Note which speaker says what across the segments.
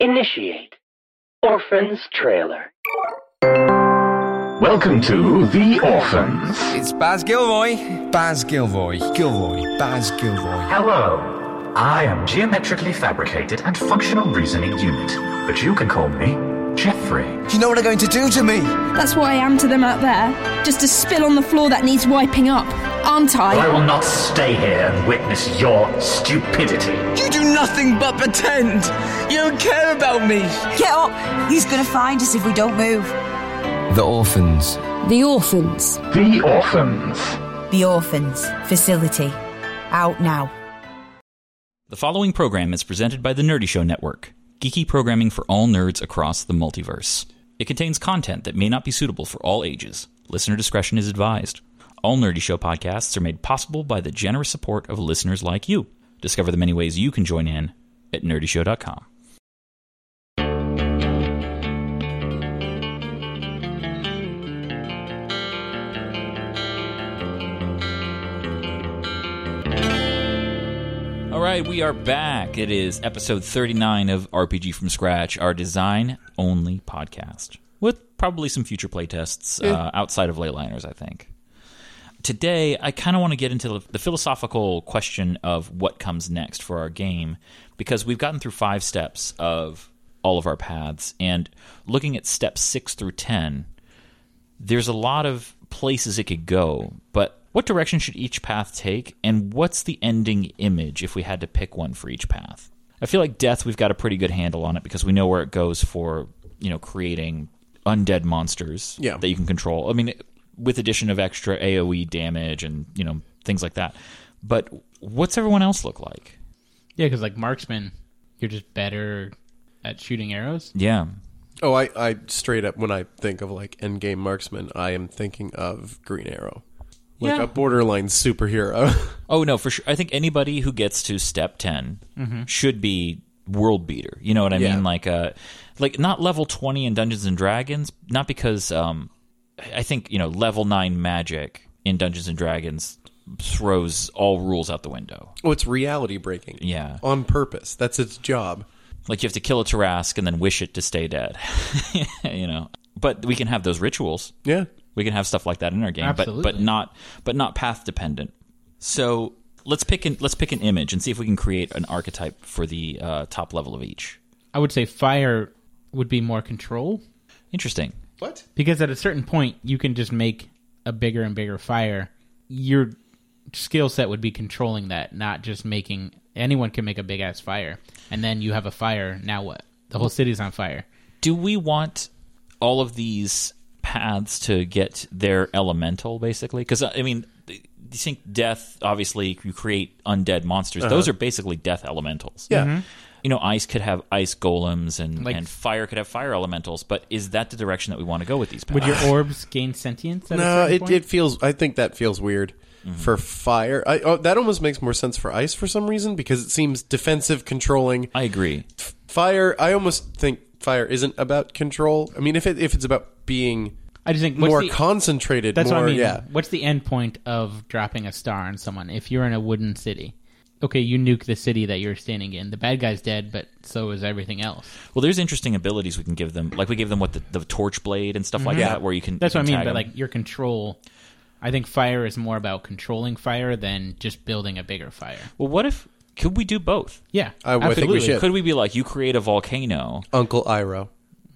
Speaker 1: Initiate Orphan's Trailer.
Speaker 2: Welcome to The Orphans.
Speaker 3: It's Baz Gilroy. Baz Gilroy. Gilroy. Baz Gilroy.
Speaker 2: Hello. I am Geometrically Fabricated and Functional Reasoning Unit, but you can call me Jeffrey.
Speaker 3: You know what they're going to do to me?
Speaker 4: That's what I am to them out there. Just a spill on the floor that needs wiping up, aren't
Speaker 2: I
Speaker 4: I?
Speaker 2: will not stay here and witness your stupidity.
Speaker 3: You do nothing but pretend. You don't care about me.
Speaker 5: Get up! He's gonna find us if we don't move.
Speaker 3: The orphans.
Speaker 6: The Orphans.
Speaker 2: The Orphans.
Speaker 5: The Orphans Facility. Out now.
Speaker 7: The following program is presented by the Nerdy Show Network, geeky programming for all nerds across the multiverse. It contains content that may not be suitable for all ages. Listener discretion is advised. All Nerdy Show podcasts are made possible by the generous support of listeners like you. Discover the many ways you can join in at nerdyshow.com. All right, we are back. It is episode 39 of RPG from Scratch, our design only podcast, with probably some future playtests uh, outside of Leyliners, I think. Today, I kind of want to get into the philosophical question of what comes next for our game, because we've gotten through five steps of all of our paths, and looking at steps six through 10, there's a lot of places it could go, but what direction should each path take, and what's the ending image if we had to pick one for each path? I feel like death, we've got a pretty good handle on it because we know where it goes for you know creating undead monsters
Speaker 8: Yeah.
Speaker 7: that you can control. I mean, with addition of extra AOE damage and you know things like that. But what's everyone else look like?
Speaker 9: Yeah, because like marksman, you're just better at shooting arrows.
Speaker 7: Yeah,
Speaker 8: Oh, I, I straight up when I think of like endgame marksman, I am thinking of Green Arrow, like
Speaker 7: Yeah.
Speaker 8: a borderline superhero.
Speaker 7: Oh no, for sure. I think anybody who gets to step 10 should be world beater. You know what I
Speaker 8: Yeah.
Speaker 7: mean? Like uh like not level twenty in Dungeons and Dragons, not because um I think you know level nine magic in Dungeons and Dragons throws all rules out the window.
Speaker 8: oh, it's reality breaking.
Speaker 7: Yeah.
Speaker 8: on purpose. That's its job.
Speaker 7: Like you have to kill a Tarask and then wish it to stay dead. you know, but we can have those rituals.
Speaker 8: Yeah,
Speaker 7: We can have stuff like that in our game, but but
Speaker 9: Absolutely.
Speaker 7: not but not path dependent. So let's pick an let's pick an image and see if we can create an archetype for the uh, top level of each.
Speaker 9: I would say fire would be more control
Speaker 7: Interesting.
Speaker 8: what?
Speaker 9: because at a certain point you can just make a bigger and bigger fire. Your skill set would be controlling that, not just making anyone can make a big ass fire. And then you have a fire. Now what? The whole city's on fire.
Speaker 7: Do we want all of these paths to get their elemental basically? Because I mean, you think death? Obviously, you create undead monsters.
Speaker 9: Uh-huh.
Speaker 7: Those are basically death elementals.
Speaker 8: Yeah,
Speaker 7: You know, ice could have ice golems, and
Speaker 9: Like-
Speaker 7: and fire could have fire elementals. But is that the direction that we want to go with these paths?
Speaker 9: Would your orbs gain sentience? At
Speaker 8: no,
Speaker 9: a certain
Speaker 8: it,
Speaker 9: point?
Speaker 8: it feels. I think that feels weird for fire. I, oh, that almost makes more sense for ice for some reason because it seems defensive, controlling.
Speaker 7: I agree.
Speaker 8: Fire. I almost think fire isn't about control. I mean, if it if it's about being
Speaker 9: I just think what's
Speaker 8: more
Speaker 9: the-
Speaker 8: concentrated,
Speaker 9: That's
Speaker 8: more
Speaker 9: what I mean.
Speaker 8: yeah.
Speaker 9: What's the end point of dropping a star on someone? If you're in a wooden city, okay, you nuke the city that you're standing in. The bad guy's dead, but so is everything else.
Speaker 7: Well, there's interesting abilities we can give them. Like we gave them what the, the torch blade and stuff like that, where you can.
Speaker 9: Mm-hmm. That's
Speaker 7: you
Speaker 9: what I
Speaker 7: can
Speaker 9: mean.
Speaker 7: tag
Speaker 9: But
Speaker 7: 'em.
Speaker 9: like your control, I think fire is more about controlling fire than just building a bigger fire.
Speaker 7: well, what if could we do both?
Speaker 9: Yeah,
Speaker 8: I would think we
Speaker 9: absolutely.
Speaker 8: should. Yeah.
Speaker 7: Could we be like you create a volcano?
Speaker 8: Uncle Iro.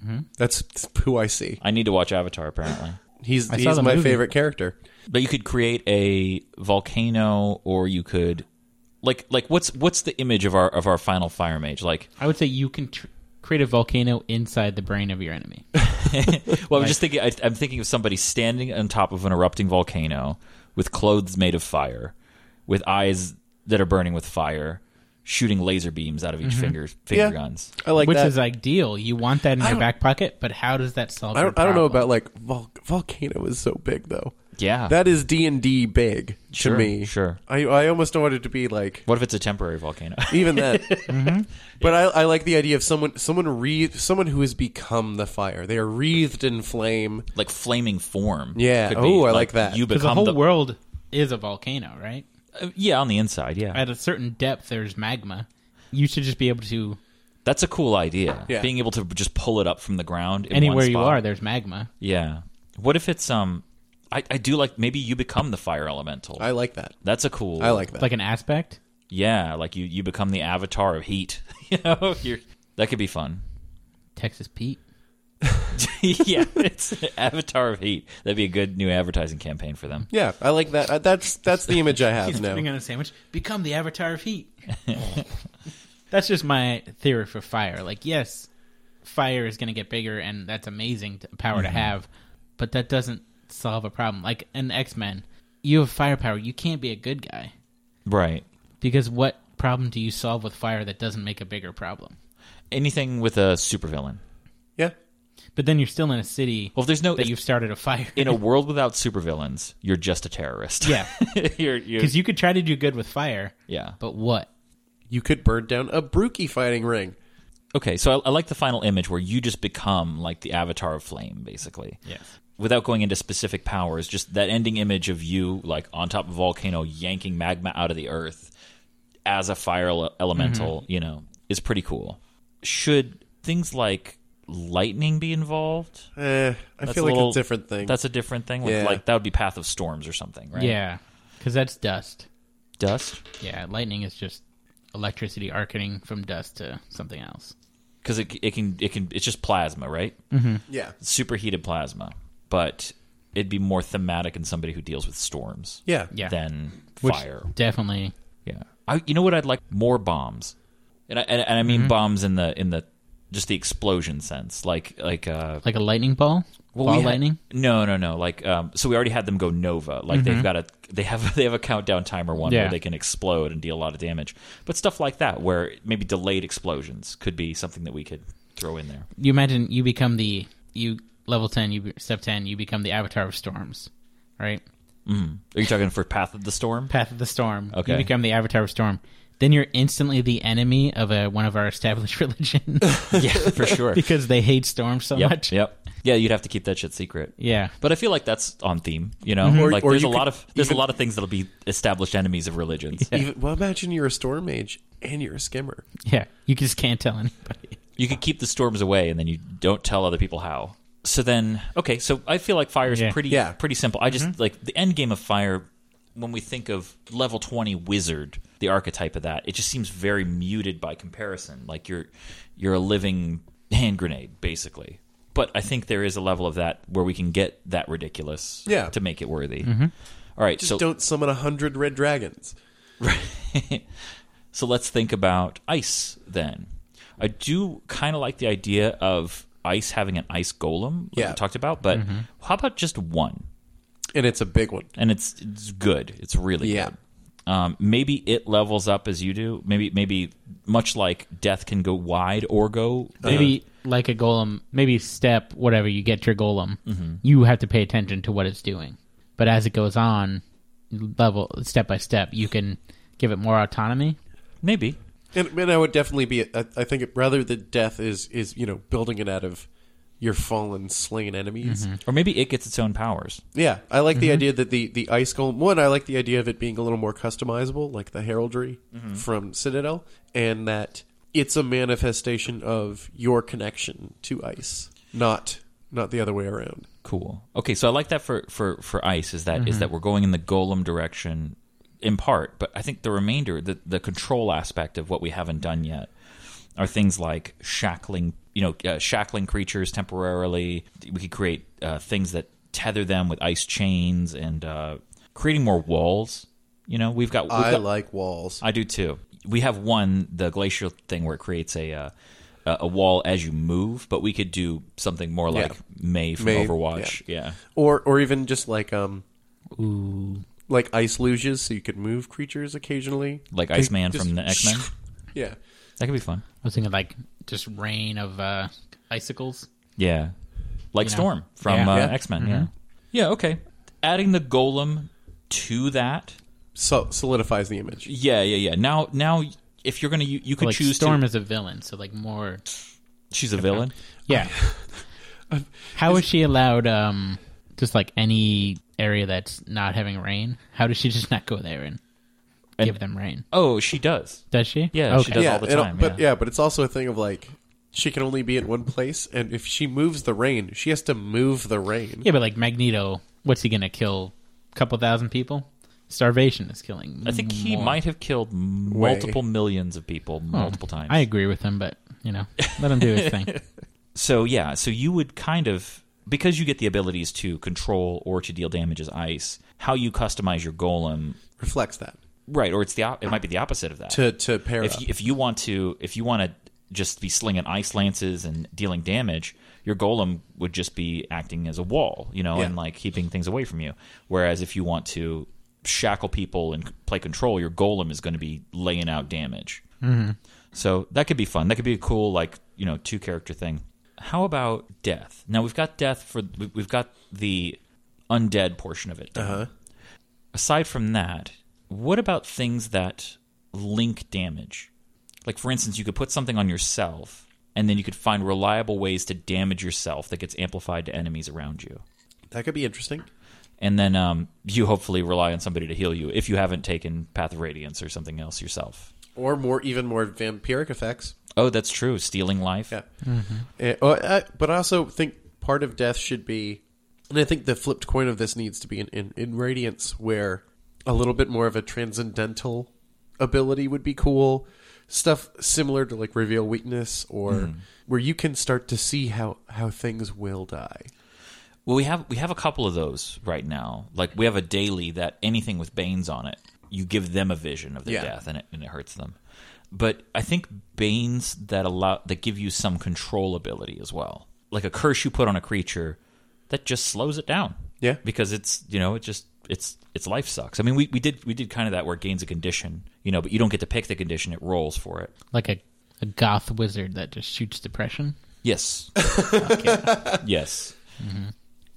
Speaker 3: Mm-hmm.
Speaker 8: That's who I see.
Speaker 7: I need to watch Avatar apparently,
Speaker 8: He's
Speaker 9: I saw
Speaker 8: he's
Speaker 9: the
Speaker 8: my
Speaker 9: movie.
Speaker 8: favorite character.
Speaker 7: but you could create a volcano, or you could like like what's what's the image of our of our final fire mage? Like,
Speaker 9: I would say you can tr- create a volcano inside the brain of your enemy.
Speaker 7: well, I'm just thinking. I, I'm thinking of somebody standing on top of an erupting volcano. with clothes made of fire, with eyes that are burning with fire, shooting laser beams out of each finger finger
Speaker 8: Mm-hmm. Yeah.
Speaker 7: guns.
Speaker 8: I like
Speaker 9: which
Speaker 8: that.
Speaker 9: is ideal. You want that in your back pocket, but how does that solve?
Speaker 8: I
Speaker 9: your
Speaker 8: don't, I don't know
Speaker 9: problem?
Speaker 8: about like Vol- volcano is so big though.
Speaker 7: Yeah.
Speaker 8: That is D and D big to
Speaker 7: Sure,
Speaker 8: me.
Speaker 7: sure.
Speaker 8: I I almost don't want it to be like
Speaker 7: what if it's a temporary volcano?
Speaker 8: even that.
Speaker 9: Mm-hmm.
Speaker 8: But I, I like the idea of someone someone wreath someone who has become the fire. They are wreathed in flame.
Speaker 7: like flaming form.
Speaker 8: Yeah.
Speaker 7: Could
Speaker 8: Ooh, I like that.
Speaker 7: You
Speaker 9: 'Cause
Speaker 7: become
Speaker 9: the whole
Speaker 7: the
Speaker 9: world is a volcano, right?
Speaker 7: Uh, yeah, on the inside, yeah.
Speaker 9: At a certain depth, there's magma. You should just be able to
Speaker 7: That's a cool idea.
Speaker 8: Yeah.
Speaker 7: Being able to just pull it up from the ground in
Speaker 9: anywhere
Speaker 7: one
Speaker 9: you
Speaker 7: spot.
Speaker 9: are. There's magma.
Speaker 7: Yeah. What if it's um I, I do like maybe you become the fire elemental.
Speaker 8: I like that.
Speaker 7: That's a cool
Speaker 8: I like that.
Speaker 9: Like an aspect.
Speaker 7: Yeah, like you you become the avatar of heat. you know, you're, that could be fun.
Speaker 9: Texas Pete.
Speaker 7: yeah, it's avatar of heat. That'd be a good new advertising campaign for them.
Speaker 8: yeah, I like that. Uh, That's that's the image I have now.
Speaker 9: Bring on a sandwich. Become the avatar of heat. that's just my theory for fire. Like, yes, fire is going to get bigger, and that's amazing to, power
Speaker 8: Mm-hmm.
Speaker 9: to have, but that doesn't solve a problem. Like an X Men, you have firepower. You can't be a good guy
Speaker 7: Right.
Speaker 9: because what problem do you solve with fire that doesn't make a bigger problem?
Speaker 7: Anything with a supervillain.
Speaker 8: Yeah.
Speaker 9: But then you're still in a city
Speaker 7: Well, if there's no
Speaker 9: that
Speaker 7: if-
Speaker 9: you've started a fire.
Speaker 7: in a world without supervillains, you're just a terrorist.
Speaker 9: Yeah.
Speaker 7: you're, you're
Speaker 9: because you could try to do good with fire,
Speaker 7: yeah.
Speaker 9: but what?
Speaker 8: You could burn down a brookie fighting ring.
Speaker 7: Okay, so I, I like the final image where you just become like the avatar of flame, basically.
Speaker 9: Yes.
Speaker 7: Without going into specific powers, just that ending image of you like on top of a volcano yanking magma out of the earth as a fire ele- elemental,
Speaker 9: Mm-hmm.
Speaker 7: you know, is pretty cool. Should things like lightning be involved?
Speaker 8: Eh, I
Speaker 7: That's
Speaker 8: feel
Speaker 7: a
Speaker 8: like
Speaker 7: little-
Speaker 8: it's a different thing.
Speaker 7: That's a different thing. Like,
Speaker 8: Yeah.
Speaker 7: like that would be Path of Storms or something, right?
Speaker 9: Yeah, because that's dust.
Speaker 7: Dust.
Speaker 9: Yeah, lightning is just electricity arcing from dust to something else.
Speaker 7: Because it, it can it can it's just plasma, right?
Speaker 9: Mm-hmm.
Speaker 8: yeah.
Speaker 7: Superheated plasma, but it'd be more thematic in somebody who deals with storms.
Speaker 8: Yeah.
Speaker 9: Yeah.
Speaker 7: than fire.
Speaker 9: Definitely.
Speaker 7: Yeah. I, you know what I'd like more bombs, and I, and, and I mean
Speaker 9: Mm-hmm.
Speaker 7: bombs in the in the just the explosion sense, like like uh
Speaker 9: Like a lightning ball?
Speaker 7: well, we
Speaker 9: ball
Speaker 7: had-
Speaker 9: lightning?
Speaker 7: no, no, no. Like um, so we already had them go nova. Like they've got a they have they have a countdown timer one
Speaker 9: Mm-hmm. Yeah.
Speaker 7: where they can explode and deal a lot of damage. But stuff like that where maybe delayed explosions could be something that we could throw in there.
Speaker 9: You imagine you become the you level 10, you be- step 10, you become the avatar of storms, right?
Speaker 7: Are you talking for Path of the Storm?
Speaker 9: Path of the storm.
Speaker 7: Okay.
Speaker 9: You become the avatar of storm. Then you're instantly the enemy of a, one of our established religions
Speaker 7: yeah, for sure.
Speaker 9: because they hate storms so
Speaker 7: yep,
Speaker 9: much.
Speaker 7: yep. Yeah, you'd have to keep that shit secret.
Speaker 9: Yeah. Mm-hmm.
Speaker 7: But I feel like that's on theme, you know.
Speaker 8: Or-
Speaker 7: like
Speaker 8: or
Speaker 7: there's a
Speaker 8: you
Speaker 7: lot
Speaker 8: could
Speaker 7: of there's
Speaker 8: even-
Speaker 7: a lot of things that'll be established enemies of religions.
Speaker 8: Even, well, imagine you're a storm mage and you're a skimmer.
Speaker 9: Yeah. You just can't tell anybody.
Speaker 7: You could keep the storms away, and then you don't tell other people how. So then, okay, so I feel like fire is
Speaker 9: Yeah.
Speaker 7: pretty
Speaker 8: Yeah.
Speaker 7: pretty simple. I just like the end game of fire. When we think of level twenty wizard, the archetype of that, it just seems very muted by comparison. Like you're you're a living hand grenade, basically. But I think there is a level of that where we can get that ridiculous,
Speaker 8: Yeah.
Speaker 7: to make it worthy. All right,
Speaker 8: Just
Speaker 7: so
Speaker 8: don't summon a hundred red dragons.
Speaker 7: So let's think about ice then. I do kind of like the idea of ice having an ice golem, like
Speaker 8: Yeah. Mm-hmm.
Speaker 7: we talked about, but how about just one?
Speaker 8: And it's a big one.
Speaker 7: And it's it's good. It's really
Speaker 8: Yeah.
Speaker 7: good. Um, maybe it levels up as you do. Maybe maybe much like death can go wide or go uh,
Speaker 9: Maybe like a golem, maybe step, whatever, you get your golem,
Speaker 7: Mm-hmm.
Speaker 9: you have to pay attention to what it's doing. But as it goes on, level, step by step, you can give it more autonomy.
Speaker 7: maybe.
Speaker 8: And, and I would definitely be. I, I think it, rather that death is is you know building it out of your fallen slain enemies.
Speaker 7: Or maybe it gets its own powers.
Speaker 8: Yeah, I like the idea that the the ice golem one. I like the idea of it being a little more customizable, like the heraldry from Citadel, and that it's a manifestation of your connection to ice, not not the other way around.
Speaker 7: Cool. Okay, so I like that for for for ice is that is that we're going in the golem direction in part, but I think the remainder, the the control aspect of what we haven't done yet, are things like shackling, you know, uh, shackling creatures temporarily. We could create uh, things that tether them with ice chains and uh, creating more walls. You know, we've got. We've
Speaker 8: I
Speaker 7: got-
Speaker 8: like walls.
Speaker 7: I do too. We have one, the glacial thing where it creates a uh, a a wall as you move, but we could do something more like May from
Speaker 8: May,
Speaker 7: Overwatch. Yeah.
Speaker 8: or or even just like um like ice luges, so you could move creatures occasionally.
Speaker 7: Like
Speaker 8: They
Speaker 7: Iceman
Speaker 8: just-
Speaker 7: from the X Men.
Speaker 8: Yeah,
Speaker 7: That could be fun.
Speaker 9: I was thinking like just rain of uh, icicles.
Speaker 7: Yeah. Like
Speaker 9: You know?
Speaker 7: Storm from
Speaker 9: Yeah. Mm-hmm.
Speaker 7: uh,
Speaker 8: Yeah.
Speaker 7: X Men. Yeah. Yeah, okay. Adding the golem to that.
Speaker 8: so solidifies the image.
Speaker 7: Yeah, yeah, yeah. Now, now, if you're gonna, you, you could
Speaker 9: like
Speaker 7: choose
Speaker 9: Storm
Speaker 7: To,
Speaker 9: is a villain, so like more.
Speaker 7: she's a villain.
Speaker 9: Yeah. How is she allowed? Um, just like any area that's not having rain, how does she just not go there and, give them rain?
Speaker 7: Oh, she does.
Speaker 9: Does she?
Speaker 7: Yeah, she
Speaker 9: Okay.
Speaker 7: does
Speaker 8: yeah,
Speaker 7: all the
Speaker 8: and-
Speaker 7: time.
Speaker 8: but
Speaker 7: yeah.
Speaker 8: yeah. but it's also a thing of like she can only be in one place, and if she moves the rain, she has to move the rain.
Speaker 9: Yeah, but like Magneto, what's he gonna kill? A couple thousand people? Starvation is killing.
Speaker 7: I think he
Speaker 9: more.
Speaker 7: might have killed multiple millions of people multiple times.
Speaker 9: Hmm. I agree with him, but you know, let him do his thing.
Speaker 7: So yeah, so you would kind of because you get the abilities to control or to deal damage as ice. How you customize your golem,
Speaker 8: Reflects that
Speaker 7: right? Or it's the op- it might be the opposite of that.
Speaker 8: to to pair
Speaker 7: if
Speaker 8: up.
Speaker 7: you, if you want to if you want to just be slinging ice lances and dealing damage, your golem would just be acting as a wall, you know,
Speaker 8: Yeah.
Speaker 7: and like keeping things away from you. Whereas if you want to shackle people and c- play control, your golem is going to be laying out damage. Mm-hmm. So that could be fun. That could be a cool like you know two character thing. How about death? Now we've got death for we- we've got the undead portion of it. down. Aside from that, what about things that link damage? Like, for instance, you could put something on yourself, and then you could find reliable ways to damage yourself that gets amplified to enemies around you.
Speaker 8: that could be interesting.
Speaker 7: And then um, you hopefully rely on somebody to heal you if you haven't taken Path of Radiance or something else yourself.
Speaker 8: Or more, even more vampiric effects.
Speaker 7: Oh, that's true. Stealing life.
Speaker 8: Yeah. Eh, oh, uh, but I also think part of death should be, and I think the flipped coin of this needs to be in, in, in Radiance, where a little bit more of a transcendental ability would be cool. Stuff similar to like reveal weakness, or where you can start to see how how things will die.
Speaker 7: Well, we have we have a couple of those right now. Like we have a daily that anything with Banes on it, you give them a vision of their
Speaker 8: Yeah.
Speaker 7: death, and it and it hurts them. But I think Banes that allow that give you some control ability as well, like a curse you put on a creature that just slows it down.
Speaker 8: Yeah.
Speaker 7: because it's you know it just it's its life sucks. I mean, we, we did we did kind of that where it gains a condition, you know, but you don't get to pick the condition; it rolls for it.
Speaker 9: Like a, a goth wizard that just shoots depression.
Speaker 7: Yes, yes.
Speaker 8: Mm-hmm.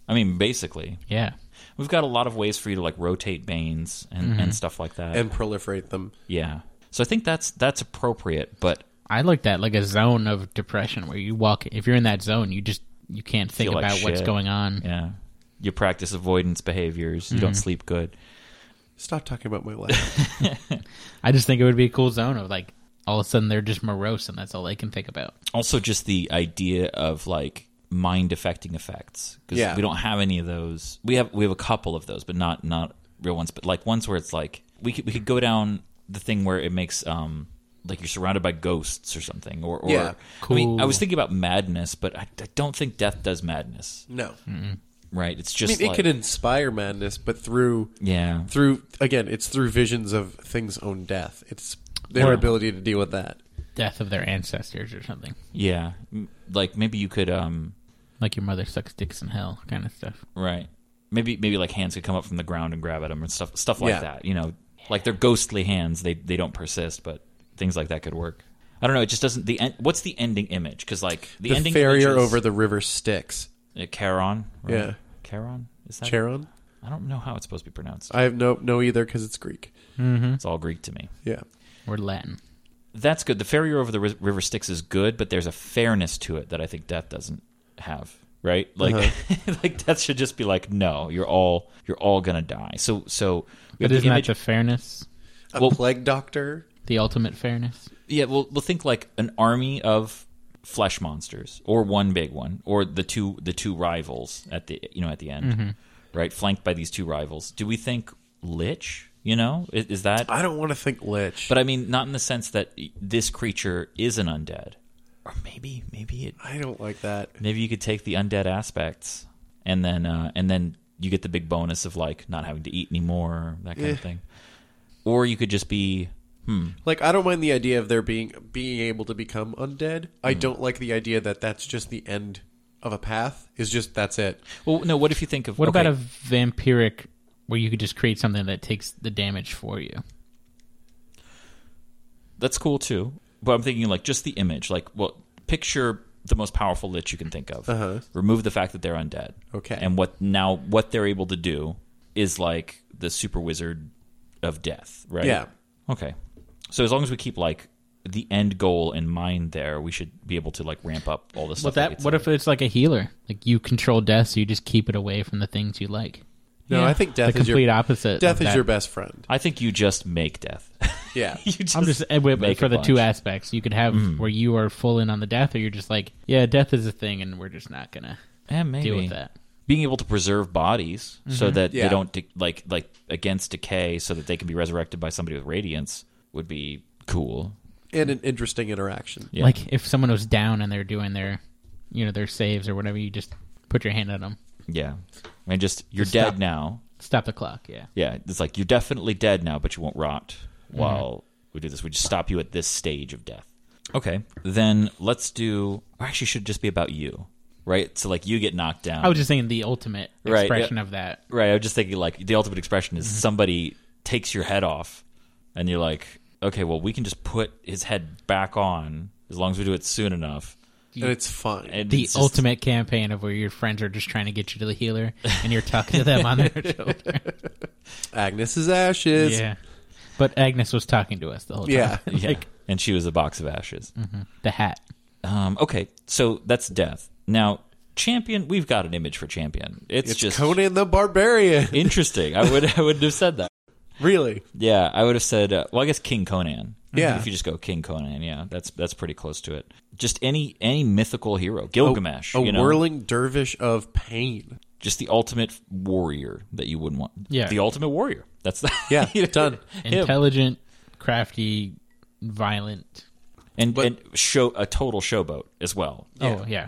Speaker 7: I mean, basically,
Speaker 9: Yeah.
Speaker 7: We've got a lot of ways for you to like rotate banes and,
Speaker 9: Mm-hmm.
Speaker 7: and stuff like that.
Speaker 8: and proliferate them.
Speaker 7: yeah. So I think that's that's appropriate, but
Speaker 9: I like that, like a zone of depression where you walk if you're in that zone you just you can't think
Speaker 7: Feel like
Speaker 9: about what's
Speaker 7: shit.
Speaker 9: going on. Mm-hmm.
Speaker 7: yeah. You practice avoidance behaviors, you don't sleep good.
Speaker 8: Stop talking about my life.
Speaker 9: I just think it would be a cool zone of like all of a sudden they're just morose and that's all they can think about.
Speaker 7: Also just the idea of like mind affecting effects cuz
Speaker 8: Yeah.
Speaker 7: we don't have any of those. We have we have a couple of those, but not not real ones, but like ones where it's like we could we could go down the thing where it makes um like you're surrounded by ghosts or something or, or
Speaker 8: Yeah.
Speaker 7: I mean, I
Speaker 9: Cool.
Speaker 7: was thinking about madness, but I, I don't think death does madness.
Speaker 8: no,
Speaker 9: Hmm.
Speaker 7: right? It's
Speaker 8: I
Speaker 7: just
Speaker 8: mean it
Speaker 7: like,
Speaker 8: can inspire madness, but through
Speaker 7: yeah,
Speaker 8: through again, it's through visions of things' own death. It's their
Speaker 9: Or-
Speaker 8: ability to deal with that.
Speaker 9: Death of their ancestors or something.
Speaker 7: yeah. M- Like maybe you could, um,
Speaker 9: Like your mother sucks dicks in hell kind of stuff.
Speaker 7: right? Maybe maybe like hands could come up from the ground and grab at them and stuff stuff like
Speaker 8: Yeah.
Speaker 7: that. You know, like they're ghostly hands. They they don't persist, but things like that could work. I don't know. It just doesn't. The en- what's the ending image? Because like the,
Speaker 8: the
Speaker 7: ending
Speaker 8: farrier
Speaker 7: image is,
Speaker 8: over the river Styx.
Speaker 7: uh, Charon. Right?
Speaker 8: Yeah.
Speaker 7: Charon is that?
Speaker 8: Charon?
Speaker 7: I don't know how it's supposed to be pronounced.
Speaker 8: I have no no either because it's Greek.
Speaker 7: It's all Greek to me.
Speaker 8: Yeah,
Speaker 9: Or Latin.
Speaker 7: That's good. The farrier over the ri- river Styx is good, but there's a fairness to it that I think death doesn't have. Right? Like, like death should just be like, no, you're all you're all gonna die. So, so we have
Speaker 9: But
Speaker 7: the
Speaker 9: isn't
Speaker 7: image-
Speaker 9: that the fairness?
Speaker 8: a
Speaker 7: Well-
Speaker 8: plague doctor.
Speaker 9: The ultimate fairness?
Speaker 7: yeah, we'll we'll think like an army of flesh monsters, or one big one, or the two the two rivals at the you know at the end, right? Flanked by these two rivals. Do we think lich? You know, is, is that?
Speaker 8: I don't want to think lich,
Speaker 7: But I mean, not in the sense that this creature is an undead, or maybe maybe it
Speaker 8: I don't like that.
Speaker 7: maybe you could take the undead aspects and then uh, and then you get the big bonus of like not having to eat anymore that kind of
Speaker 8: Eh.
Speaker 7: thing or you could just be
Speaker 8: Like I don't mind the idea of there being being able to become undead.
Speaker 9: Hmm.
Speaker 8: I don't like the idea that that's just the end of a path. Is just that's it.
Speaker 7: well no what if you think of
Speaker 9: What
Speaker 7: okay,
Speaker 9: about a vampiric where you could just create something that takes the damage for you.
Speaker 7: That's cool too. But I'm thinking like just the image. Like, well, picture the most powerful lich you can think of. Remove the fact that they're undead.
Speaker 8: Uh-huh. Okay.
Speaker 7: And what now? What they're able to do is like the super wizard of death, right?
Speaker 8: Yeah.
Speaker 7: Okay. So as long as we keep like the end goal in mind, there we should be able to like ramp up all this stuff.
Speaker 9: What that?
Speaker 7: gets
Speaker 9: What
Speaker 7: in.
Speaker 9: if it's like a healer? Like you control death, so you just keep it away from the things you like.
Speaker 8: No, I think death
Speaker 9: the
Speaker 8: is your
Speaker 9: complete opposite.
Speaker 8: Death
Speaker 9: of
Speaker 8: is
Speaker 9: that.
Speaker 8: your best friend.
Speaker 7: I think you just make death.
Speaker 8: Yeah.
Speaker 7: you just
Speaker 9: I'm just eh, wait,
Speaker 7: make
Speaker 9: for
Speaker 7: a
Speaker 9: the two
Speaker 7: bunch. Mm-hmm.
Speaker 9: aspects. You could have where you are full in on the death, or you're just like, yeah, death is a thing, and we're just not gonna
Speaker 7: Yeah, maybe. Mm-hmm.
Speaker 9: deal with that.
Speaker 7: being able to preserve bodies so that they
Speaker 8: Yeah.
Speaker 7: don't de- like like against decay so that they can be resurrected by somebody with radiance would be cool
Speaker 8: and an interesting interaction.
Speaker 7: Yeah.
Speaker 9: Like if someone was down and they're doing their, you know, their saves or whatever, you just put your hand on them,
Speaker 7: yeah and just you're
Speaker 9: Just
Speaker 7: dead
Speaker 9: stop.
Speaker 7: now
Speaker 9: stop the clock. Yeah,
Speaker 7: yeah it's like you're definitely dead now but you won't rot while we do this we just stop you at this stage of death okay then let's do or actually it should just be about you right so like you get knocked down
Speaker 9: I was just saying the ultimate
Speaker 7: Right,
Speaker 9: expression
Speaker 7: yeah.
Speaker 9: of that.
Speaker 7: Right. I was just thinking like the ultimate expression
Speaker 9: Mm-hmm.
Speaker 7: is somebody takes your head off and you're like, okay, well, we can just put his head back on as long as we do it soon enough.
Speaker 8: And it's fun.
Speaker 7: And
Speaker 9: The
Speaker 7: it's just-
Speaker 9: ultimate campaign of where your friends are just trying to get you to the healer and you're talking to them on their shoulder.
Speaker 8: Agnes's ashes.
Speaker 9: yeah. But Agnes was talking to us the whole time.
Speaker 8: Yeah.
Speaker 7: Yeah. and she was a box of ashes.
Speaker 9: Mm. The hat.
Speaker 7: Um, okay. So that's death. Now, champion, we've got an image for champion. It's,
Speaker 8: It's
Speaker 7: just
Speaker 8: Conan the Barbarian.
Speaker 7: interesting. I would, I would have said that.
Speaker 8: really?
Speaker 7: Yeah, I would have said. Uh, well, I guess King Conan.
Speaker 8: Yeah.
Speaker 7: if you just go King Conan, yeah, that's that's pretty close to it. Just any any mythical hero, Gilgamesh,
Speaker 8: A, a
Speaker 7: you know,
Speaker 8: whirling dervish of pain.
Speaker 7: just the ultimate warrior that you wouldn't want.
Speaker 9: Yeah.
Speaker 7: the ultimate warrior. That's the
Speaker 8: Yeah,
Speaker 7: you know,
Speaker 8: done.
Speaker 7: him.
Speaker 9: Intelligent, crafty, violent.
Speaker 7: and
Speaker 8: But-
Speaker 7: and show a total showboat as well.
Speaker 9: Oh, yeah.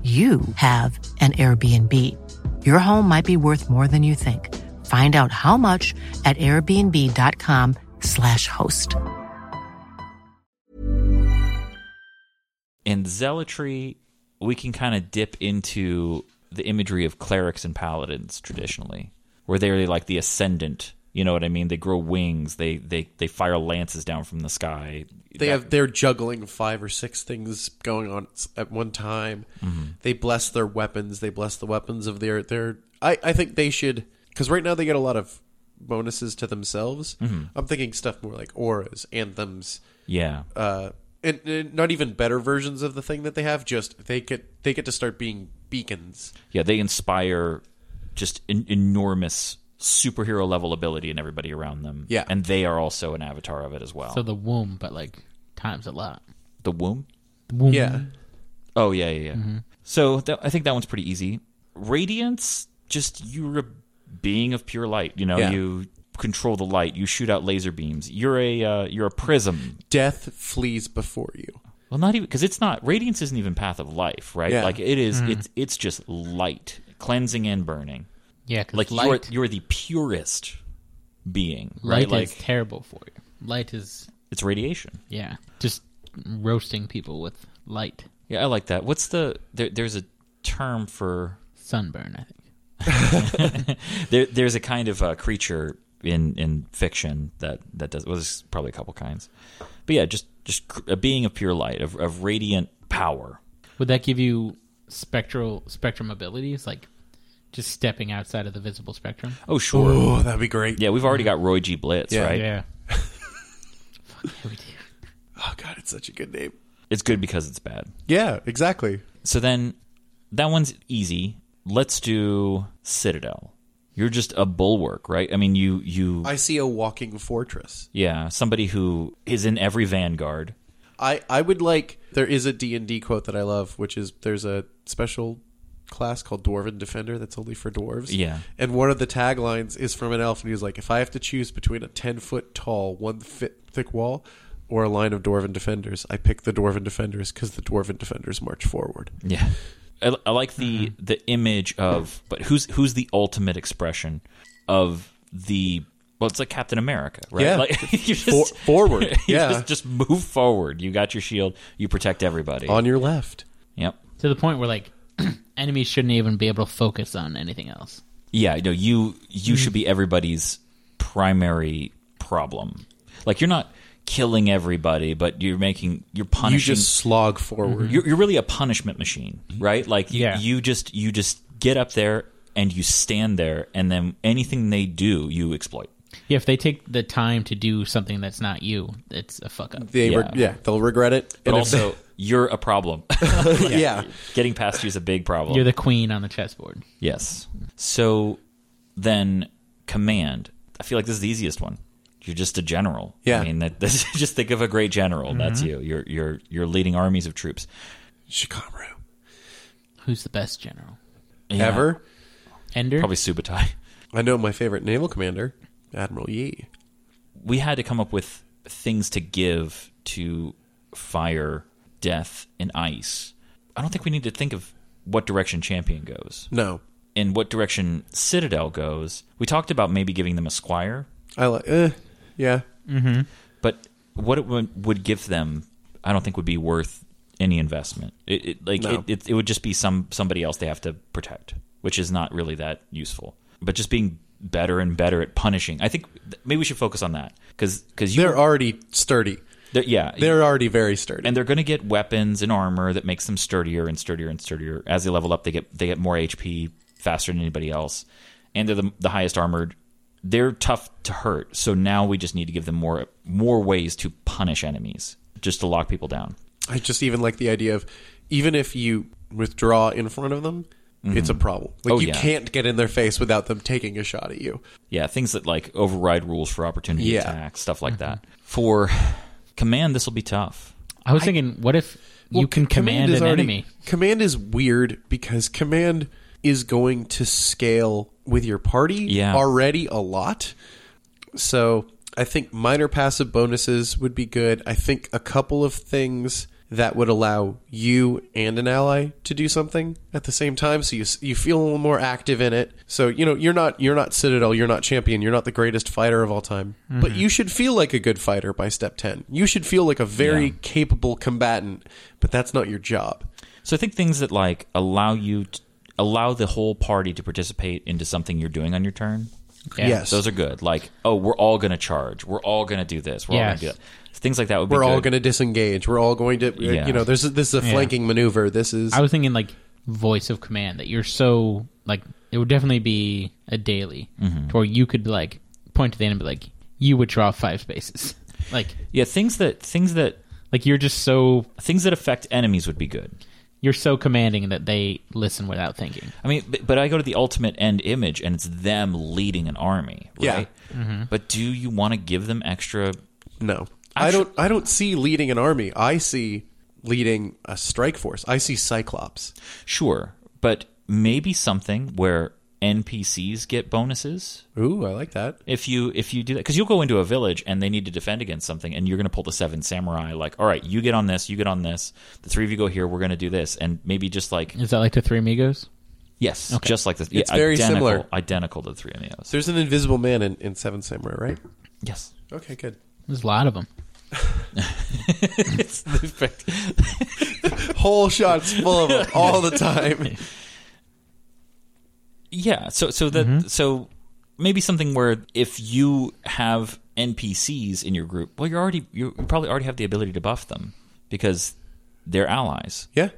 Speaker 5: you have an Airbnb. Your home might be worth more than you think. Find out how much at airbnb.com/slash host.
Speaker 7: in zealotry, we can kind of dip into the imagery of clerics and paladins traditionally, where they're like the ascendant. You know what I mean? They grow wings. They they they fire lances down from the sky.
Speaker 8: They have they're juggling five or six things going on s- at one time. They bless their weapons. They bless the weapons of their their. I I think they should because right now they get a lot of bonuses to themselves. I'm thinking stuff more like auras, anthems,
Speaker 7: yeah.
Speaker 8: uh, and, and not even better versions of the thing that they have. Just they get they get to start being beacons.
Speaker 7: yeah, they inspire just en- enormous superhero level ability in everybody around them.
Speaker 8: Yeah.
Speaker 7: and they are also an avatar of it as well.
Speaker 9: So the womb, but like times a lot.
Speaker 7: the womb.
Speaker 9: The womb.
Speaker 8: Yeah,
Speaker 7: Oh yeah, yeah. yeah.
Speaker 9: Mm-hmm.
Speaker 7: So that, I think that one's pretty easy. Radiance, just you're a being of pure light. You know,
Speaker 8: Yeah.
Speaker 7: you control the light. You shoot out laser beams. You're a uh, you're a prism.
Speaker 8: death flees before you.
Speaker 7: Well, not even because it's not radiance isn't even path of life, right?
Speaker 8: Yeah.
Speaker 7: Like it is.
Speaker 9: Mm-hmm.
Speaker 7: It's it's just light, cleansing and burning.
Speaker 9: Yeah, 'cause
Speaker 7: Like
Speaker 9: light,
Speaker 7: you're you're the purest being,
Speaker 9: light
Speaker 7: right?
Speaker 9: is
Speaker 7: Like
Speaker 9: terrible for you. Light is,
Speaker 7: it's radiation.
Speaker 9: yeah, just roasting people with light.
Speaker 7: Yeah, I like that. What's the there, there's a term for
Speaker 9: Sunburn, I think.
Speaker 7: There, there's a kind of uh, creature in in fiction that that does well, there's probably a couple kinds, but yeah, just just cr- a being of pure light of of radiant power.
Speaker 9: Would that give you spectral spectrum abilities? Like just stepping outside of the visible spectrum.
Speaker 7: Oh, sure.
Speaker 8: Oh, that'd be great.
Speaker 7: Yeah, we've already got Roy G. Blitz,
Speaker 8: Yeah.
Speaker 7: right?
Speaker 9: Yeah.
Speaker 8: Oh God, it's such a good name.
Speaker 7: It's good because it's bad.
Speaker 8: Yeah, exactly.
Speaker 7: So then that one's easy. Let's do Citadel. You're just a bulwark, right? I mean, you you
Speaker 8: I see a walking fortress.
Speaker 7: yeah, somebody who is in every vanguard.
Speaker 8: I I would like there is a D&D quote that I love, which is there's a special class called Dwarven Defender that's only for dwarves.
Speaker 7: Yeah.
Speaker 8: And one of the taglines is from an elf and he's like if I have to choose between a 10 foot tall, 1 foot thick wall or a line of Dwarven Defenders, I pick the Dwarven Defenders cuz the Dwarven Defenders march forward.
Speaker 7: Yeah. I, I like the the image of but who's who's the ultimate expression of the well, it's like Captain America, right?
Speaker 8: Yeah.
Speaker 7: Like, you just,
Speaker 8: For- forward.
Speaker 7: you
Speaker 8: Yeah.
Speaker 7: just, just move forward. You got your shield. You protect everybody.
Speaker 8: On your left.
Speaker 7: yep.
Speaker 9: To the point where like enemies shouldn't even be able to focus on anything else.
Speaker 7: Yeah, no, you you should
Speaker 8: Mm.
Speaker 7: be everybody's primary problem. Like you're not killing everybody, but you're making
Speaker 8: You
Speaker 7: you're punishing.
Speaker 8: just Mm-hmm. slog forward.
Speaker 7: you're, you're really a punishment machine, right? Like you,
Speaker 9: Yeah.
Speaker 7: you just you just get up there and you stand there, and then anything they do, you exploit.
Speaker 9: Yeah, if they take the time to do something that's not you, it's a fuck up.
Speaker 8: They
Speaker 7: Yeah.
Speaker 8: were yeah, they'll regret it.
Speaker 7: But
Speaker 8: And if
Speaker 7: also, you're a problem.
Speaker 8: they- yeah.
Speaker 7: Getting past you is a big problem.
Speaker 9: You're the queen on the chessboard.
Speaker 7: yes. So then, command. I feel like this is the easiest one. You're just a general.
Speaker 8: Yeah.
Speaker 7: I mean, that, this, just think of a great general. That's you. You're you're you're leading armies of troops.
Speaker 8: Shikamaru.
Speaker 9: Who's the best general?
Speaker 7: Yeah.
Speaker 8: Ever?
Speaker 9: Ender?
Speaker 7: Probably Subutai.
Speaker 8: I know my favorite naval commander, Admiral Yi.
Speaker 7: we had to come up with things to give to fire, death, and ice. I don't think we need to think of what direction champion goes
Speaker 8: No.
Speaker 7: and what direction citadel goes. We talked about maybe giving them a squire,
Speaker 8: I like eh, yeah.
Speaker 7: but what it would, would give them, I don't think would be worth any investment. It, it like
Speaker 8: No.
Speaker 7: it, it, it would just be some somebody else they have to protect, which is not really that useful. But just being better and better at punishing, I think th- maybe we should focus on that because you
Speaker 8: They're already sturdy.
Speaker 7: they're- yeah
Speaker 8: They're already very sturdy.
Speaker 7: and they're going to get weapons and armor that makes them sturdier and sturdier and sturdier as they level up they get they get more hp faster than anybody else and they're the, the highest armored they're tough to hurt so now we just need to give them more more ways to punish enemies just to lock people down
Speaker 8: I just even like the idea of even if you withdraw in front of them, it's a problem. Like
Speaker 7: Oh,
Speaker 8: you
Speaker 7: yeah.
Speaker 8: can't get in their face without them taking a shot at you.
Speaker 7: yeah things that like override rules for opportunity
Speaker 8: Yeah. Mm-hmm.
Speaker 7: attack stuff like that for command this will be tough
Speaker 9: I was thinking, what if you can command,
Speaker 8: is
Speaker 9: an
Speaker 8: already-
Speaker 9: enemy?
Speaker 8: Command is weird because command is going to scale with your party
Speaker 7: Yeah.
Speaker 8: already a lot. So I think minor passive bonuses would be good. I think a couple of things that would allow you and an ally to do something at the same time so you s- you feel a little more active in it so you know you're not you're not citadel you're not champion you're not the greatest fighter of all time but you should feel like a good fighter by step 10 you should feel like a very capable combatant but that's not your job
Speaker 7: So I think things that like allow you to, allow the whole party to participate into something you're doing on your turn.
Speaker 8: Yes.
Speaker 7: those are good. Like, oh, we're all going to charge. We're all going to do this. We're all
Speaker 9: Yes.
Speaker 7: going to do that. Things like that would be.
Speaker 8: we're all
Speaker 7: good.
Speaker 8: going to disengage we're all going to
Speaker 7: Yeah.
Speaker 8: you know there's a- this is a flanking maneuver this is
Speaker 9: I was thinking like voice of command that you're so like it would definitely be a daily to where you could like point to the enemy and be like you would draw five spaces like
Speaker 7: Yeah, things that things that
Speaker 9: like you're just so
Speaker 7: things that affect enemies would be good.
Speaker 9: you're so commanding that they listen without thinking.
Speaker 7: I mean, but, but I go to the ultimate end image, and it's them leading an army,
Speaker 8: Yeah.
Speaker 7: right? But do you want to give them extra?
Speaker 8: No, I
Speaker 7: Actu-
Speaker 8: don't. I don't see leading an army. I see leading a strike force. I see Cyclops.
Speaker 7: Sure, but maybe something where NPCs get bonuses.
Speaker 8: Ooh, I like that.
Speaker 7: if you if you do that because you'll go into a village and they need to defend against something and you're going to pull the seven samurai like all right you get on this you get on this the three of you go here we're going to do this and maybe just like
Speaker 9: Is that like the Three Amigos?
Speaker 7: yes just like this
Speaker 8: It's very
Speaker 7: identical,
Speaker 8: similar.
Speaker 7: identical to the three E amigos
Speaker 8: There's an invisible man in, in Seven Samurai, right?
Speaker 7: yes
Speaker 8: Okay, good.
Speaker 9: There's a lot of them.
Speaker 7: it's the effect.
Speaker 8: Whole shots full of them all the time.
Speaker 7: yeah so so that so maybe something where if you have npcs in your group well you're already you you probably already have the ability to buff them because they're allies
Speaker 8: Yeah,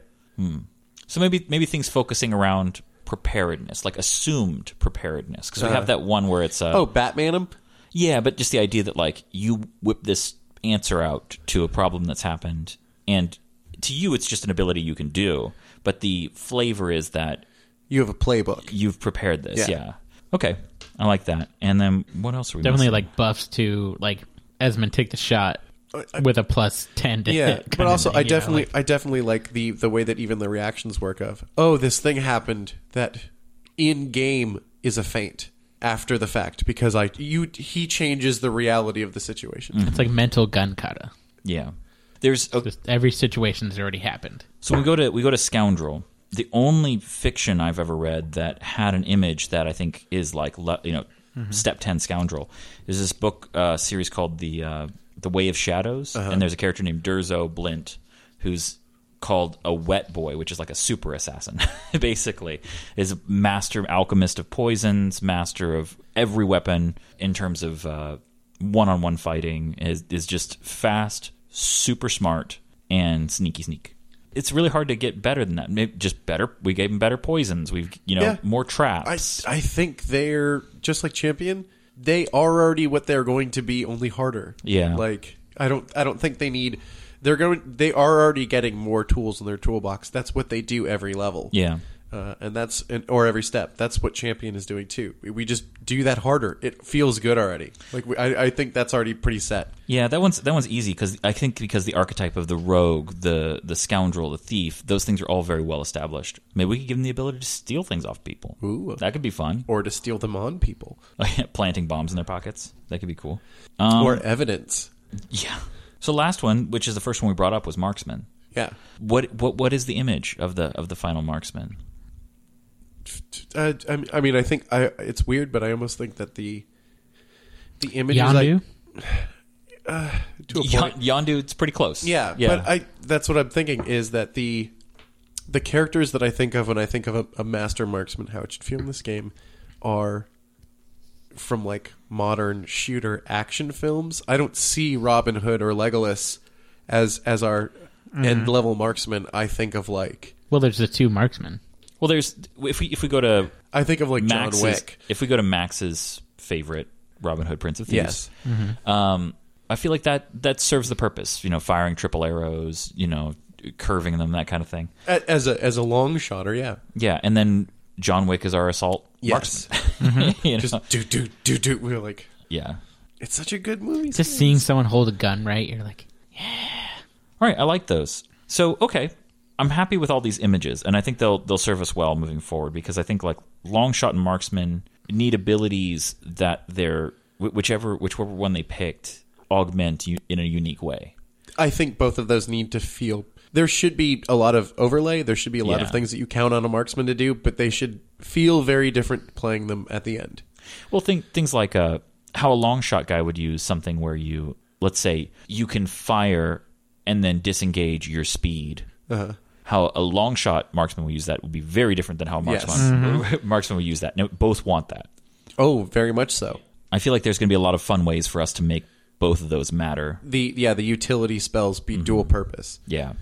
Speaker 7: So maybe maybe things focusing around preparedness, like assumed preparedness, because we
Speaker 8: Uh,
Speaker 7: have that one where it's uh,
Speaker 8: oh, Batman him.
Speaker 7: yeah, but just the idea that like you whip this answer out to a problem that's happened, and to you it's just an ability you can do, but the flavor is that
Speaker 8: You have a playbook.
Speaker 7: you've prepared this.
Speaker 8: Yeah.
Speaker 7: Yeah. Okay, I like that. And then what else are we
Speaker 9: Definitely
Speaker 7: missing?
Speaker 9: like buffs to like Esmond take the shot with a plus ten to
Speaker 8: Yeah,
Speaker 9: hit.
Speaker 8: but
Speaker 9: kinda
Speaker 8: also
Speaker 9: thing,
Speaker 8: I
Speaker 9: you know,
Speaker 8: definitely,
Speaker 9: like-
Speaker 8: I definitely like the the way that even the reactions work. Of oh, this thing happened that in game is a feint after the fact because I you he changes the reality of the situation.
Speaker 9: it's like mental gun kata.
Speaker 7: yeah. There's oh, a,
Speaker 9: Just every situation's already happened.
Speaker 7: So we go to we go to Scoundrel. The only fiction I've ever read that had an image that I think is like le- you know step ten Scoundrel is this book uh, series called the uh, the Way of Shadows, and there's a character named Durzo Blint who's called a wet boy, which is like a super assassin. basically, is a master alchemist of poisons, master of every weapon in terms of uh, one-on-one fighting. is is just fast, super smart, and sneaky sneak. It's really hard to get better than that. Maybe just better. We gave him better poisons. We've you know
Speaker 8: Yeah.
Speaker 7: more
Speaker 8: I
Speaker 7: traps.
Speaker 8: I think they're just like champion. They are already what they're going to be, only harder.
Speaker 7: Yeah.
Speaker 8: Like I don't I don't think they need. They're going. They are already getting more tools in their toolbox. That's what they do every level.
Speaker 7: yeah,
Speaker 8: Uh, and that's and, or every step. That's what champion is doing too. We, we just do that harder. It feels good already. Like we, I, I think that's already pretty set.
Speaker 7: yeah. That one's that one's easy because I think because the archetype of the rogue, the the scoundrel, the thief, those things are all very well established. Maybe we could give him the ability to steal things off people.
Speaker 8: Ooh.
Speaker 7: that could be fun.
Speaker 8: Or to steal them on people
Speaker 7: Planting bombs in their pockets. That could be cool. Um,
Speaker 8: or evidence.
Speaker 7: Yeah. So last one, which is the first one we brought up, was marksman.
Speaker 8: Yeah.
Speaker 7: What what what is the image of the of the final marksman?
Speaker 8: Uh, I, mean- I mean, I think I. It's weird, but I almost think that the the image is like,
Speaker 9: Yandu,
Speaker 8: to a
Speaker 7: Yon,
Speaker 8: point.
Speaker 7: Yondu, it's pretty close.
Speaker 8: Yeah,
Speaker 7: yeah.
Speaker 8: but I that's what I'm thinking is that the the characters that I think of when I think of a, a master marksman, how it should feel in this game, are from like modern shooter action films. I don't see Robin Hood or Legolas as as our end level marksman. I think of like
Speaker 9: Mm-hmm. well, there's the two marksmen.
Speaker 7: well, there's if we if we go to
Speaker 8: I think of like
Speaker 7: Max's,
Speaker 8: John Wick.
Speaker 7: if we go to Max's favorite Robin Hood, Prince of
Speaker 8: Yes. Mm-hmm.
Speaker 7: Thieves, um, I feel like that that serves the purpose. You know, firing triple arrows, you know, curving them, that kind of thing.
Speaker 8: A- As a as a long shotter, yeah.
Speaker 7: Yeah, and then John Wick is our assault
Speaker 8: Yes. Mm-hmm.
Speaker 7: marksman. you know?
Speaker 8: Just do do do do we were like
Speaker 7: yeah.
Speaker 8: it's such a good movie.
Speaker 9: Just seeing someone hold a gun, right? You're like,
Speaker 7: All right, I like those. So okay, I'm happy with all these images, and I think they'll they'll serve us well moving forward because I think like long shot and marksman need abilities that they're wh- whichever whichever one they picked augment you in a unique way.
Speaker 8: I think both of those need to feel. There should be a lot of overlay. There should be a lot
Speaker 7: Yeah.
Speaker 8: of things that you count on a marksman to do, but they should feel very different playing them at the end.
Speaker 7: Well, think things like uh, how a long shot guy would use something where you let's say you can fire and then disengage your speed.
Speaker 8: uh,
Speaker 7: How a long shot marksman will use that would be very different than how a
Speaker 8: Yes.
Speaker 7: marksman marksman will use that. Now, both want that.
Speaker 8: Oh, very much so.
Speaker 7: I feel like there's going to be a lot of fun ways for us to make both of those matter.
Speaker 8: The yeah, the utility spells be dual purpose.
Speaker 7: Yeah.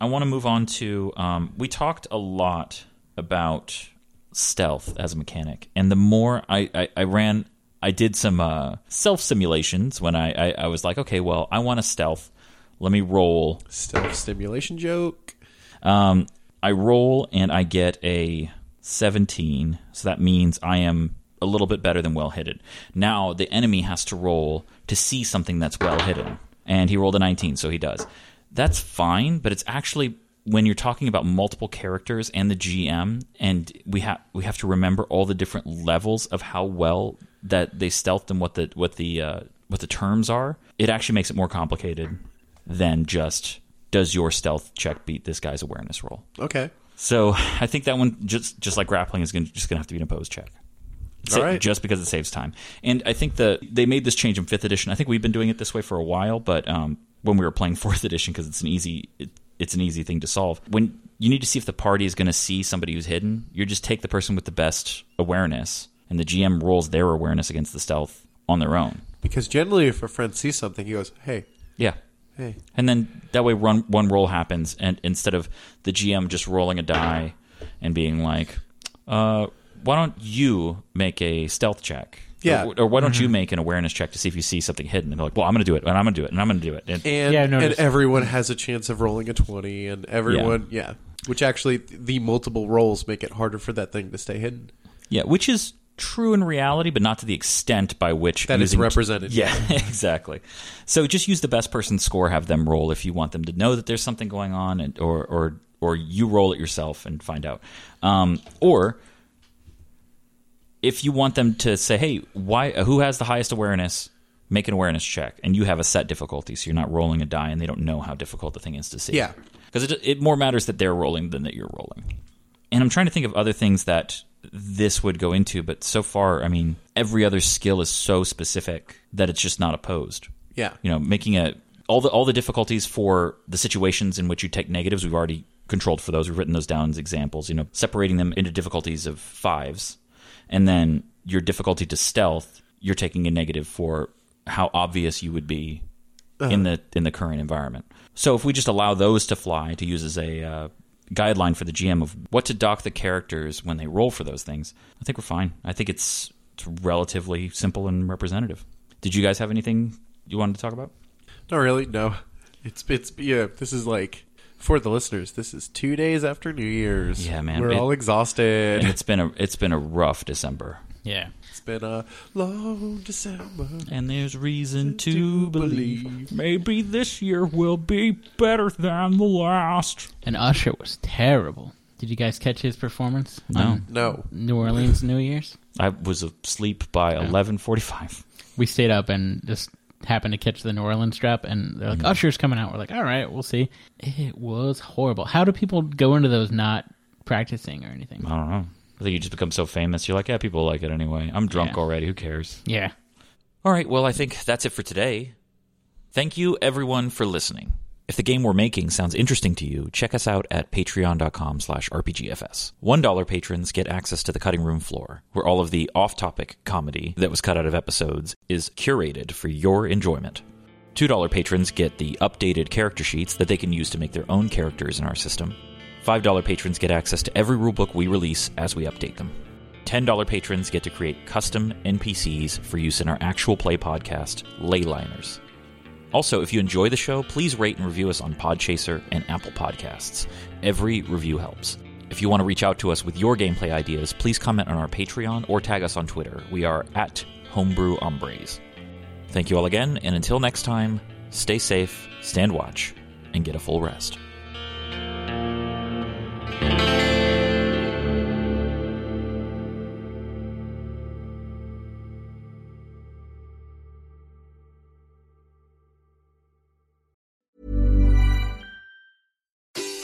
Speaker 7: I want to move on to. Um, we talked a lot about stealth as a mechanic, and the more I, I, I ran, I did some uh, self simulations when I, I, I was like, okay, well, I want to stealth. Let me roll.
Speaker 8: Stealth stimulation joke.
Speaker 7: Um, I roll and I get a 17. So that means I am a little bit better than well hidden. Now the enemy has to roll to see something that's well hidden. And he rolled a 19, so he does. That's fine, but it's actually when you're talking about multiple characters and the GM, and we have we have to remember all the different levels of how well that they stealthed and what the what the uh, what the terms are. It actually makes it more complicated than just does your stealth check beat this guy's awareness roll?
Speaker 8: Okay.
Speaker 7: So I think that one just just like grappling is gonna, just going to have to be an opposed check. Sa-
Speaker 8: All right.
Speaker 7: Just because it saves time, and I think the they made this change in fifth edition. I think we've been doing it this way for a while, but um, when we were playing fourth edition, because it's an easy it, it's an easy thing to solve. When you need to see if the party is going to see somebody who's hidden, you just take the person with the best awareness, and the GM rolls their awareness against the stealth on their own.
Speaker 8: Because generally, if a friend sees something, he goes, "Hey,
Speaker 7: Yeah.
Speaker 8: hey."
Speaker 7: And then that way, run, one roll happens, and instead of the GM just rolling a die and being like, Uh, why don't you make a stealth check?
Speaker 8: Yeah. Mm-hmm.
Speaker 7: Or, or why don't you make an awareness check to see if you see something hidden? And they're like, well, I'm going to do it, and I'm going to do it, and I'm going to do it. And-
Speaker 8: and
Speaker 9: Yeah, I
Speaker 8: and
Speaker 9: noticed.
Speaker 8: everyone has a chance of rolling a twenty, and everyone yeah. which actually the multiple rolls make it harder for that thing to stay hidden.
Speaker 7: yeah, which is true in reality, but not to the extent by which
Speaker 8: That it's
Speaker 7: using-
Speaker 8: represented.
Speaker 7: Yeah, exactly. So just use the best person score, have them roll if you want them to know that there's something going on, and, or or or you roll it yourself and find out, um, or if you want them to say, "Hey, why? Who has the highest awareness?" Make an awareness check, and you have a set difficulty, so you're not rolling a die, and they don't know how difficult the thing is to see.
Speaker 8: Yeah.
Speaker 7: because it, it more matters that they're rolling than that you're rolling. And I'm trying to think of other things that this would go into, but so far, I mean, every other skill is so specific that it's just not opposed.
Speaker 8: Yeah.
Speaker 7: you know, making a all the all the difficulties for the situations in which you take negatives, we've already controlled for those. We've written those down as examples. You know, separating them into difficulties of fives and then your difficulty to stealth, you're taking a negative for how obvious you would be in the in the current environment. So if we just allow those to fly to use as a uh, guideline for the GM of what to dock the characters when they roll for those things, I think we're fine. I think it's, it's relatively simple and representative. Did you guys have anything you wanted to talk about?
Speaker 8: Not really. No, it's it's yeah. This is like for the listeners. This is two days after New Year's.
Speaker 7: Yeah, man.
Speaker 8: We're
Speaker 7: It-
Speaker 8: all exhausted.
Speaker 7: And it's been a it's been a rough December.
Speaker 9: Yeah.
Speaker 8: It's been a long December.
Speaker 7: And there's reason to believe maybe this year will be better than the last.
Speaker 9: And Usher was terrible. Did you guys catch his performance? No.
Speaker 7: Um,
Speaker 8: No,
Speaker 9: New Orleans New Year's?
Speaker 7: I was asleep by eleven forty-five.
Speaker 9: We stayed up and just happened to catch the New Orleans drop, and they're like, Usher's coming out. We're like, all right, we'll see. It was horrible. How do people go into those not practicing or anything?
Speaker 7: I don't know. I think you just become so famous. You're like, yeah, people like it anyway. I'm drunk
Speaker 9: Yeah.
Speaker 7: already. Who cares?
Speaker 9: Yeah.
Speaker 7: All right. Well, I think that's it for today. Thank you, everyone, for listening. If the game we're making sounds interesting to you, check us out at patreon.com slash rpgfs. $1 patrons get access to the cutting room floor, where all of the off-topic comedy that was cut out of episodes is curated for your enjoyment. $2 patrons get the updated character sheets that they can use to make their own characters in our system. $5 patrons get access to every rulebook we release as we update them. $10 patrons get to create custom NPCs for use in our actual play podcast, Leyliners. Also, if you enjoy the show, please rate and review us on Podchaser and Apple Podcasts. Every review helps. If you want to reach out to us with your gameplay ideas, please comment on our Patreon or tag us on Twitter. We are at Homebrew Hombres. Thank you all again, and until next time, stay safe, stand watch, and get a full rest.